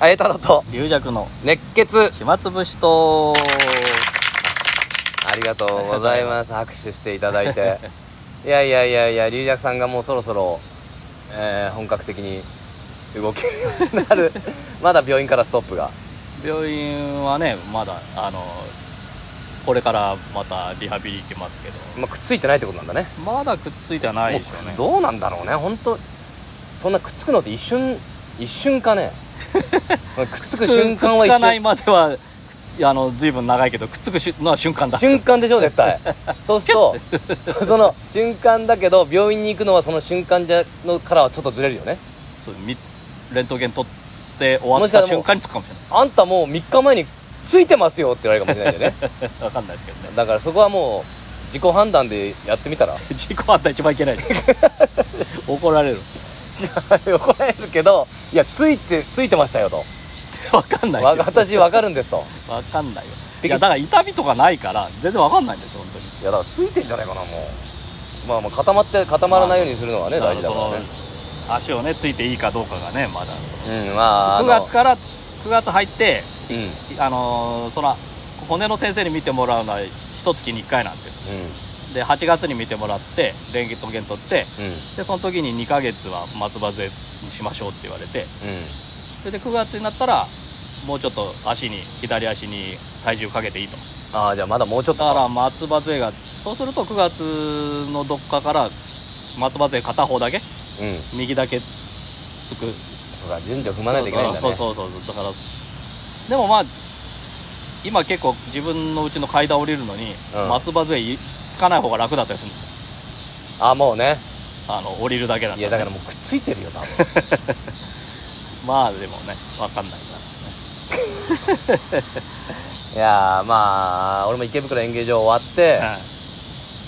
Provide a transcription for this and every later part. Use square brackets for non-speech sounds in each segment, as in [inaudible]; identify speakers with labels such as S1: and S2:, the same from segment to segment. S1: あえ太郎と
S2: 龍弱の
S1: 熱血
S2: 暇つぶしと
S1: ありがとうございます [laughs] 拍手していただいていやいやいやいや龍尺さんがもうそろそろ、えー本格的に動けるようになる [laughs] まだ病院からストップが
S2: 病院はねまだあのこれからまたリハビリ行きますけど
S1: まあくっついてないってことなんだね
S2: まだくっついてはないでしょうね
S1: もうどうなんだろうね本当そんなくっつくのって一瞬一瞬
S2: [laughs]
S1: かねくっつく瞬間
S2: く
S1: は
S2: っ
S1: 一
S2: つかない
S1: 瞬
S2: まではあの随分長いけどくっつくしのは瞬間だ
S1: 瞬間でしょ絶対そうする
S2: [laughs]
S1: とそその瞬間だけど病院に行くのはその瞬間じゃのからはちょっとずれるよね
S2: そうみレントゲン取って終わ
S1: も
S2: っ
S1: しか
S2: た
S1: したらも
S2: 瞬間
S1: う
S2: につくかもしれ
S1: あんたもう3日前についてますよって言われるかもしれないよね [laughs]
S2: ないわかんないですけどね
S1: だからそこはもう自己判断でやってみたら
S2: 事故あったら一番いけない
S1: [laughs]
S2: です怒られる
S1: 怒られるけどいやついてついてましたよと
S2: わかんない
S1: わ
S2: よ
S1: 私わかるんです [laughs] と
S2: わかんないよ
S1: ピキ
S2: いやだから痛みとかないから全然わかんないんですよ本当に
S1: いやだからついてんじゃないかなもうまあまあ固まって固まらないようにするのはね、大事だからね
S2: その足をねついていいかどうかがねまだ
S1: うんまああ
S2: 9
S1: の
S2: 月から9月入って
S1: うんうん
S2: あのーその骨の先生に見てもらうのは一月に1回なんですよで8月に見てもらってレンゲトゲン取って
S1: うん
S2: でその時に2ヶ月は松葉杖にしましょうって言われてそれで9月になったらもうちょっと足に左足に体重かけていいと
S1: ああじゃあまだもうちょっと
S2: だから松葉杖がそうすると9月のどっかから松葉杖片方だけ
S1: うん
S2: 右だけつく
S1: そうか順序踏まないといけないんだね
S2: そうそうそうそうだからでもまあ今結構自分のうちの階段降りるのに、
S1: うん
S2: 松葉杖いつかない方が楽だったりするんです
S1: ああもうね
S2: よあの降りるだけだ
S1: いやだからもうくっついてるよ多分 [laughs]
S2: まあでもねわかんないない
S1: やーまあ俺も池袋演芸場終わって、
S2: はい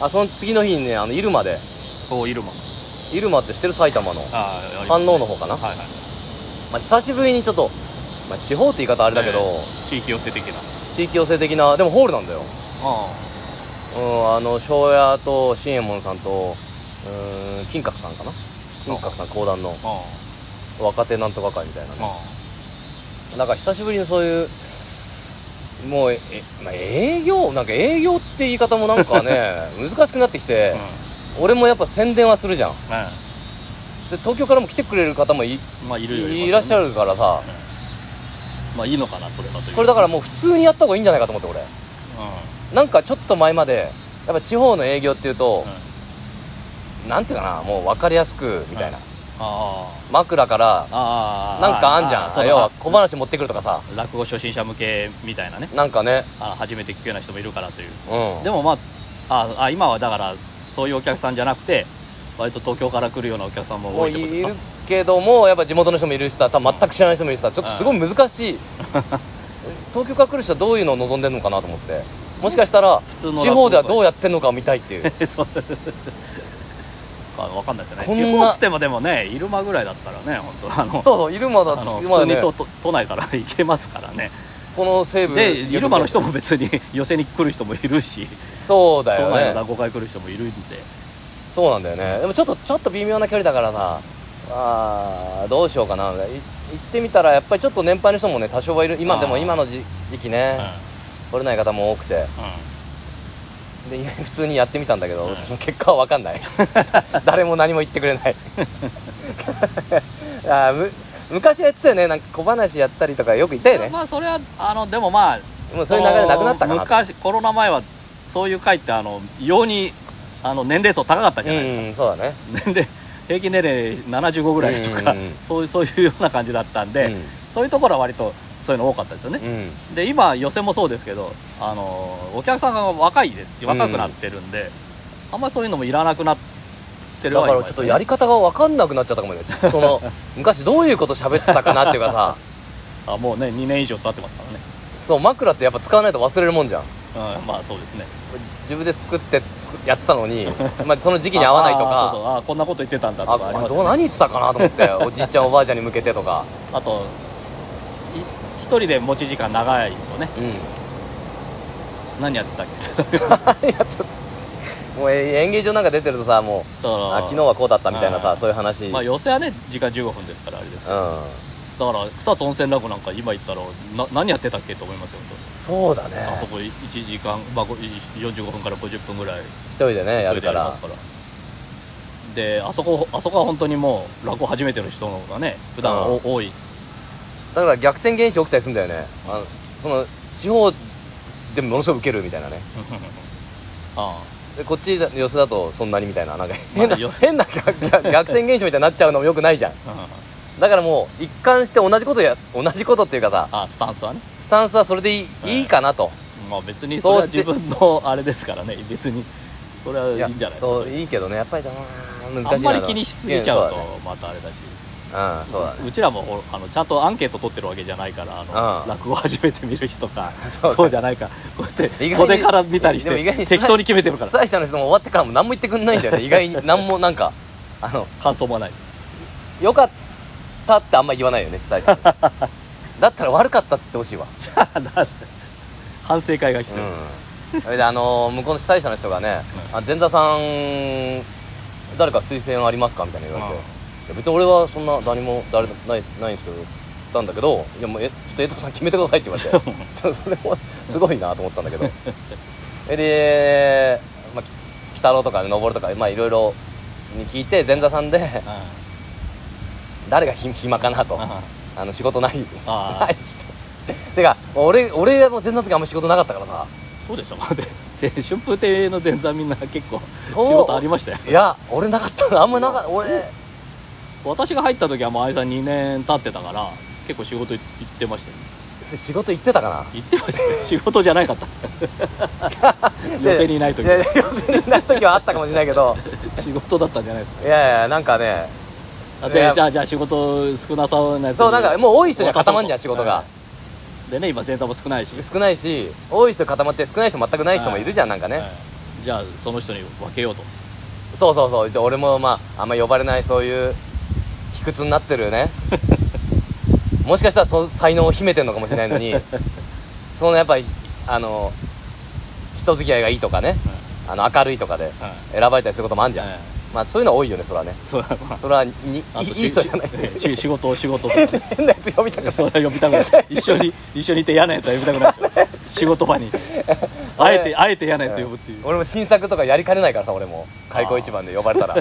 S1: あその次の日にねあの入間で
S2: こういるもん
S1: 入間って知ってる埼玉の、ま
S2: ああ
S1: 反応の方かな
S2: はいはい
S1: あ、久しぶりにちょっと、まあ、地方って言い方あれだけど、
S2: ね地域寄せ的な
S1: 地域寄せ的なでもホールなんだよ
S2: あ
S1: うんあの庄屋と新右衛門さんとうーん金閣さんかな金閣さん講談の
S2: ああ
S1: 若手なんとか会みたいなね
S2: ああ
S1: なんか久しぶりにそういうもうえ、まあ、営業なんか営業って言い方もなんかね
S2: [laughs]
S1: 難しくなってきて
S2: うん、
S1: 俺もやっぱ宣伝はするじゃん
S2: ね
S1: で東京からも来てくれる方もい
S2: まあいるよ
S1: いらっしゃ
S2: る
S1: るからさ
S2: まあいいのかなそれはという
S1: これだからもう普通にやった方がいいんじゃないかと思って俺
S2: う
S1: なんかちょっと前までやっぱ地方の営業っていうと
S2: ん、うん、
S1: なんていうかなもう分かりやすくみたいな、
S2: あ
S1: 枕か
S2: あ
S1: ら
S2: ああ
S1: なんかあんじゃん
S2: そ
S1: 要は
S2: は
S1: 小話持ってくるとかさ
S2: 落語初心者向けみたいなね
S1: なんかね
S2: あ初めて聞くような人もいるからという
S1: うん
S2: でもまあああ今はだからそういうお客さんじゃなくて割と東京から来るようなお客さんも
S1: も
S2: 多
S1: う
S2: いってこと
S1: い
S2: で
S1: る
S2: すか
S1: けどもやっぱ地元の人もいるしさ多分全く知らない人もいるしさちょっとすごい難し [laughs] い東京から来る人はどういうのを望んでるのかなと思ってもしかしたら
S2: 普通の
S1: 地方ではど
S2: う
S1: うやってんのか見たい [laughs] っていう
S2: [laughs] そう [laughs] あわかんないですよね
S1: こんな
S2: 地方っつってもでもね入間ぐらいだったらね本当あの
S1: そうそう入間だ
S2: あの
S1: って
S2: 普
S1: 今
S2: 通に
S1: ね
S2: 都都都内から [laughs] 行けますからね
S1: この西部
S2: で入間の人も別に寄せに来る人もいるし
S1: そうだ
S2: 都
S1: よ
S2: 内の
S1: ね
S2: 落語会来る人もいるんで
S1: そうなんだよねでもちょっとちょっと微妙な距離だからさあーどうしようかない行ってみたらやっぱりちょっと年配の人もね多少はいる今でも
S2: あー
S1: 今の時時期ね来れない方も多くて
S2: うんうん
S1: で普通にやってみたんだけど、
S2: うん
S1: その結果は分か
S2: [laughs]
S1: んない誰も何も言ってくれないあーむ昔はやってたよねなんか小話やったりとかよく言ったよね
S2: まあそれはあのでもまあ
S1: もうそういう流れなくなったかなと
S2: 昔コロナ前はそういう会ってあの異様にあの年齢層高かったじ
S1: う
S2: ゃないです
S1: ん、うん、そうだね
S2: か、年齢平均年齢75ぐらいとか、
S1: うんうんうん
S2: そういうそういうような感じだったんで、そういうところは割とそういうの多かったですよね
S1: う、ん、
S2: [laughs]
S1: うん、
S2: で今予選もそうですけどあのお客さんが若いです若くなってるんで、あんまりそういうのもいらなくなってる
S1: だ
S2: わ
S1: からちょっとやり方が分かんなくなっちゃったかもね [laughs] その昔どういうこと喋ってたかなっていうかさ
S2: あもうね2年以上経ってますか
S1: そう枕ってやっぱ使わないと忘れるもんじゃん
S2: らね、うん、まあそうですね
S1: 自分で作って作やってたのに、まあ、その時期に合わないと
S2: あそう
S1: か
S2: そうあこんなこと言ってたんだ
S1: あ
S2: とかあり
S1: これ
S2: ます
S1: どう何言ってたかなと思っておじいちゃんおばあちゃんに向けてとか
S2: あとい一人で持ち時間長いとね
S1: うん
S2: 何やってたっけだか
S1: もうえ演芸場なんか出てるとさもう
S2: ら
S1: あ昨日はこうだったみたいな
S2: は
S1: さ
S2: い
S1: そういう話、
S2: まあ寄せはね時間15分ですからあれです
S1: う
S2: だから草津温泉ラボなんか今行ったらな何やってたっけと思いますよ
S1: そうだね
S2: 本当あそこ1時間、まあ、ご45分から50分ぐらい
S1: 一人でねやるか
S2: やり
S1: ら
S2: ますからであそこあそこは本当にもう落語初めての人の方がね普段はお多い [laughs]
S1: だから逆転現象起きたりするんだよねあのその地方でもものすごいウケるみたいなね
S2: あ
S1: でこっち寄せだとそんなにみたいななんか
S2: ま
S1: 変
S2: だ
S1: な
S2: よ
S1: 変な逆逆転現象みたいになっちゃうのもよくないじゃん
S2: あうん
S1: だからもう一貫して同じことや同じことっていうかさ
S2: あスタンスはね
S1: スタンスはそれでいい,、
S2: うん
S1: いいかなと
S2: まあ別にそれは
S1: そうして
S2: 自分のあれですからね別にそれはいいんじゃないですか
S1: そういいけどねやっぱりだな難しいな
S2: あんまり気にしすぎちゃうと
S1: ん
S2: またあれだし
S1: そうだね,、うん、そうだね
S2: うちらもほらあのちゃんとアンケート取ってるわけじゃないからあ
S1: う
S2: の
S1: ん
S2: 落語初めて見る人か
S1: [laughs] そうね
S2: そうじゃないかこうやっ
S1: 意外
S2: て
S1: に
S2: 袖から見たりし
S1: でも意外
S2: て
S1: に
S2: 適当に決めてるか
S1: 被
S2: ら
S1: 災者の人も終わってからも何も言ってくんないんだよね意外に何もなんかあの
S2: 感想もない
S1: 良かったってあんまり言わないよね被災者
S2: [laughs]
S1: だったら悪かったって言ってほしいわ
S2: 反省会が必要
S1: うん、それであのー向こうの主催者の人がね「あ前座さん誰か推薦ありますか?」みたいな言われて
S2: うん
S1: 「いや別に俺はそんな何も誰もないないんですけど」たんだけど「いやもうえちょっと江藤さん決めてください」って言われてちょ [laughs] っとそれもすごいなと思ったんだけど [laughs] えで、まあ、き鬼太郎とか登るとかまあいろいろに聞いて前座さん
S2: う
S1: で [laughs]
S2: ん
S1: 誰がひ暇かなと
S2: うん
S1: あの仕事ない
S2: あー
S1: [laughs] ないしとてか俺俺も前座の時あんま仕事なかったからさ
S2: そうでしょ [laughs] 待って春風亭の前座みんな結構仕
S1: おー
S2: 事ありましたよ
S1: いや俺なかったなあんまなかった俺
S2: 私が入った時はもうあいさん2年経ってたから結構仕事行ってましたよ
S1: 仕事行ってたか
S2: 行ってましたよ仕事じゃなかった
S1: [laughs] な
S2: 予定にない時
S1: やや予定にない時はあったかもしれないけど
S2: [laughs] 仕事だったんじゃないですか
S1: いやいやなんかね
S2: あで
S1: いや
S2: じゃあじゃあ仕事少なそうなやつ
S1: そうなんかもう多い人には固まんじゃん
S2: 渡
S1: 仕
S2: そう
S1: 事が
S2: は、いでね今前座も少ないし
S1: 少ないし多い人固まって少ない人全くない人もいるじゃんなんかね、
S2: はいじゃあその人に分けようと
S1: そうそうそうじゃあ俺もまああんま呼ばれないそういう卑屈になって
S2: [laughs]
S1: るねもしかしたらそ才能を秘めてるのかもしれない
S2: [laughs]
S1: のにそのやっぱりあの人付き合いがいいとかねあの明るいとかで
S2: はい
S1: 選ばれたりすることもあるじゃん、
S2: はい
S1: まあそういうのは多いよねそれはね
S2: そうま
S1: それはにいい
S2: あと
S1: いい人じゃない
S2: しし仕事を仕事と [laughs]
S1: 変なやつ呼びたくない
S2: それは呼びたくない一緒に一緒にいて嫌なやつは呼びたくない仕事場にあえてあえて嫌なやつ呼ぶっていう
S1: 俺も新作とかやりかねないからさ俺も開口一番で呼ばれた [laughs] ら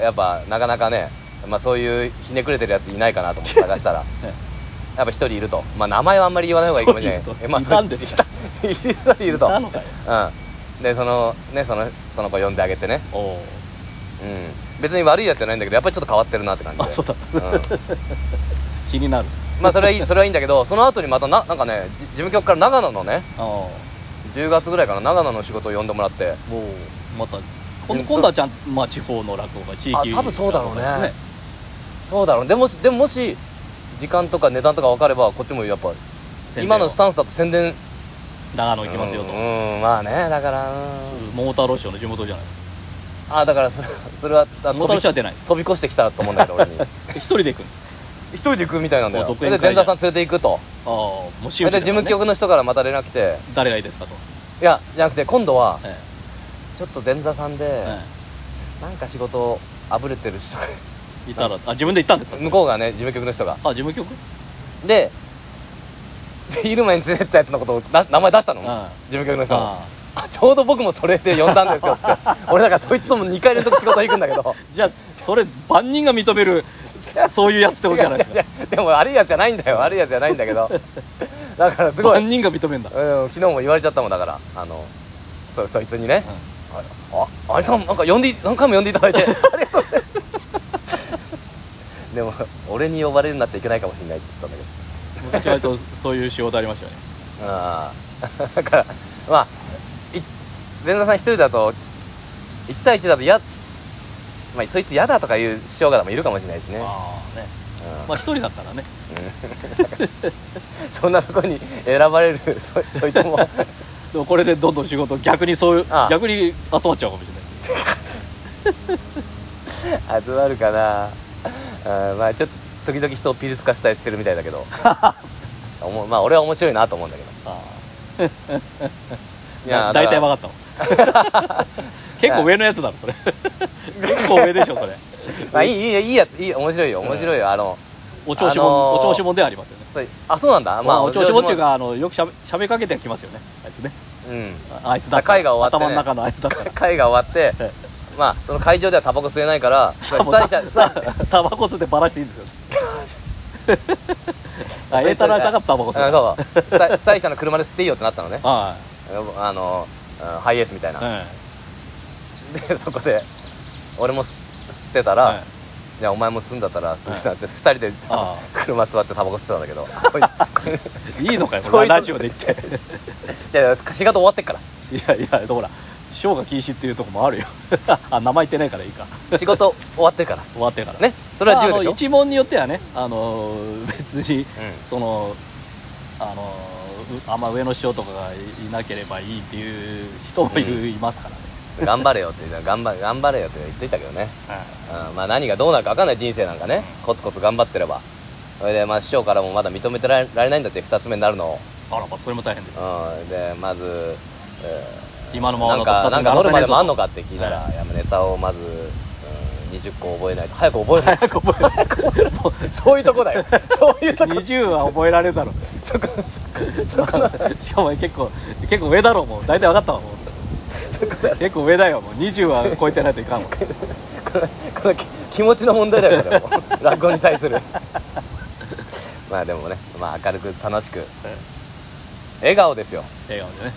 S1: やっぱなかなかね、まあ、そういうひねくれてるやついないかなと思って探したらやっぱ一人いると、まあ、名前はあんまり言わない方がいいかもしれない
S2: 一人いると
S1: えまあ
S2: いたんで
S1: そいた一人いると
S2: なのかよ
S1: うんでそのねそのその子呼んであげてね、
S2: おお
S1: うん、別に悪いやつじゃないんだけどやっぱりちょっと変わってるなって感じ
S2: あ
S1: で
S2: そうだ
S1: うん
S2: 気になる
S1: まあそれはいいそれはいいんだけどその後にまたななんかねじ事務局から長野のね
S2: ああ
S1: 10月ぐらいから長野の仕事を呼んでもらって
S2: もうまた
S1: え
S2: 今
S1: っと
S2: 今度はちゃんまあ地方の落語が地域
S1: あ多分そうだろうね
S2: 落語です
S1: そうだろうでもしでももし時間とか値段とか分かればこっちもやっぱ
S2: 宣伝を
S1: 今のスタンスだと宣伝
S2: 長野行きますよと
S1: うん、うんまあねだからうん
S2: 桃太郎賞の地元じゃないですか
S1: あだからそれそれはあ
S2: 桃
S1: 飛
S2: 太郎
S1: び
S2: 賞は出ない
S1: 飛び越してきたと思うんだけど俺に
S2: [laughs] 一人で行くん
S1: 一人で行くみたいなんだ
S2: も
S1: よ
S2: う
S1: そ
S2: 独演
S1: れ
S2: 会
S1: で前座さん連れて行くと
S2: ああもう
S1: そ
S2: 真打
S1: れ
S2: ち
S1: で
S2: だからね
S1: 事務局の人からまた連絡来て
S2: 誰がいいですかと、
S1: いやじゃなくて今度は
S2: え
S1: ちょっと前座さんで
S2: ええ
S1: なんか仕事あぶれてる人が
S2: えいたらあ自分で行ったんですか
S1: 向こうがね事務局の人が
S2: あ事務局
S1: でで入間に連れてったやつのことをな名前出したの
S2: うん
S1: 事
S2: あ
S1: 務局の人が
S2: あ
S1: あちょうど僕もそれで呼んだんですよって [laughs] 俺だからそいつとも2回連続仕事行くんだけど
S2: じゃあそれ万人が認め [laughs] るそういうやつってことじゃないですか
S1: いやでも悪いやつじゃないんだよ悪いやつじゃないんだけどだからすごい、う
S2: 万人が認めるんだ
S1: ん、昨日も言われちゃったもんだからあのそそいつにね、ああれさんなんか呼んでい何回も呼んでいただいてありがとうござい [laughs] ますでも俺に呼ばれるなっていけないかもしれないって言ったんだけど
S2: 昔割とそういう仕事ありましたよね
S1: ああ [laughs] だからまあい前座さん一人だと1対1だとやまあそいつ嫌だとかいう師匠方もいるかもしれないしね、うん
S2: ああねまあ一人だったらね
S1: そん [laughs] なとこに選ばれる [laughs] そそいつも
S2: でもこれでどんどん仕事逆にそういう
S1: ああ
S2: 逆に集まっちゃうかもしれない
S1: 集まるかなあーまあちょっと時々人をピリつかせたりするみたいだ
S2: [laughs]
S1: けどおもまあ俺は面白いなと思うんだけど
S2: ああ
S1: い
S2: だ
S1: や
S2: 大
S1: だか
S2: 体分
S1: ら
S2: か
S1: [laughs]
S2: ったもん結構上のやつだろそれ結構上でしょそれ
S1: まあいいいいいいやついい面白いよ面白いよ、あの
S2: お調子
S1: あの
S2: 者
S1: ー
S2: お調子者ではありますよね
S1: そうあそうなんだ
S2: ま
S1: ま
S2: あ
S1: あ
S2: お調子者っていうかあのよくしゃべしゃべりかけてきますよねあいつね
S1: うん
S2: ああいつだった
S1: 会が終わってね
S2: 頭の中のあいつだったら
S1: [laughs] 会が終わって
S2: はい
S1: まあその会場ではタバコ吸えないから主催者主
S2: さ
S1: 催
S2: タバコ吸ってばらしていいんです
S1: [laughs]
S2: よあ栄太郎さんがタバコ吸
S1: う
S2: っ
S1: ん
S2: て
S1: そうそう主催主催者の車で吸っていいよってなったのね
S2: は
S1: あのうんハイエースみたい
S2: い
S1: な
S2: うん
S1: でそこで俺も吸ってたら、
S2: はい
S1: じゃあお前も吸うんだったら吸うなって2人で
S2: ああ
S1: 車座ってタバコ吸ってたんだけどこいこい
S2: いいのかよこ
S1: そうい
S2: れ
S1: う
S2: ラ
S1: こと
S2: ジオで言ってい
S1: [laughs] いやいや仕事終わってっか
S2: やいやほらショーが禁止っていうとこもあるよ [laughs] あ名前言ってないからいいから
S1: 仕事終わってっから
S2: 終わってから
S1: ねそれは自由でし
S2: まああの一問
S1: ょ、
S2: によってはねあの別にそのあのうあんま上の師匠とかがいいなければいいっていう人もいる、いますからね、
S1: うん頑張れよって言う頑張頑張れよって言ってたけどね、うん、まあ何がどうなるか分かんない人生なんかねコツコツ頑張ってればそれでまあ師匠からもまだ認めてられられないんだって2つ目になるのを、
S2: あらまあそれも大変です
S1: うん、でまず、うん
S2: 今のまま
S1: なん
S2: だと
S1: か、
S2: 二
S1: な
S2: つ目
S1: んか
S2: が
S1: 乗るまでもあん
S2: 争
S1: の
S2: えね
S1: かって聞いたら、やっぱネタをまず、うん、20個覚えないと。早く覚えない [laughs]
S2: えぞと早く覚えろもう
S1: そういうとこだよ。 [laughs] そういうとこ。
S2: 20は覚えられるだろしかも結構結構上だろもう大体分かったわもう結構上だよもう20は超えてないとい [laughs] かんもん
S1: この気気持ちの問題だよ、これ [laughs] も。落語に対する。まあでもね、まあ明るく楽しく。笑顔ですよ。
S2: 笑顔でね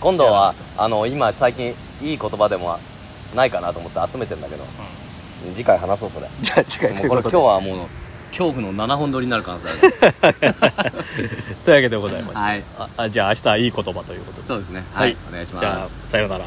S1: 今度は、あの、今最近いい言葉でもないかなと思って集めてんだけど、次回話そう、それ。
S2: じゃあ次回という
S1: も
S2: うこ
S1: こ
S2: とで
S1: れ今日はもう、恐怖の7本撮りになる可能性ある。
S2: というわけでございまして
S1: はい。
S2: ああじゃあ明日はいい言葉ということで
S1: そうですね。
S2: はい
S1: お願いし
S2: じゃあさようなら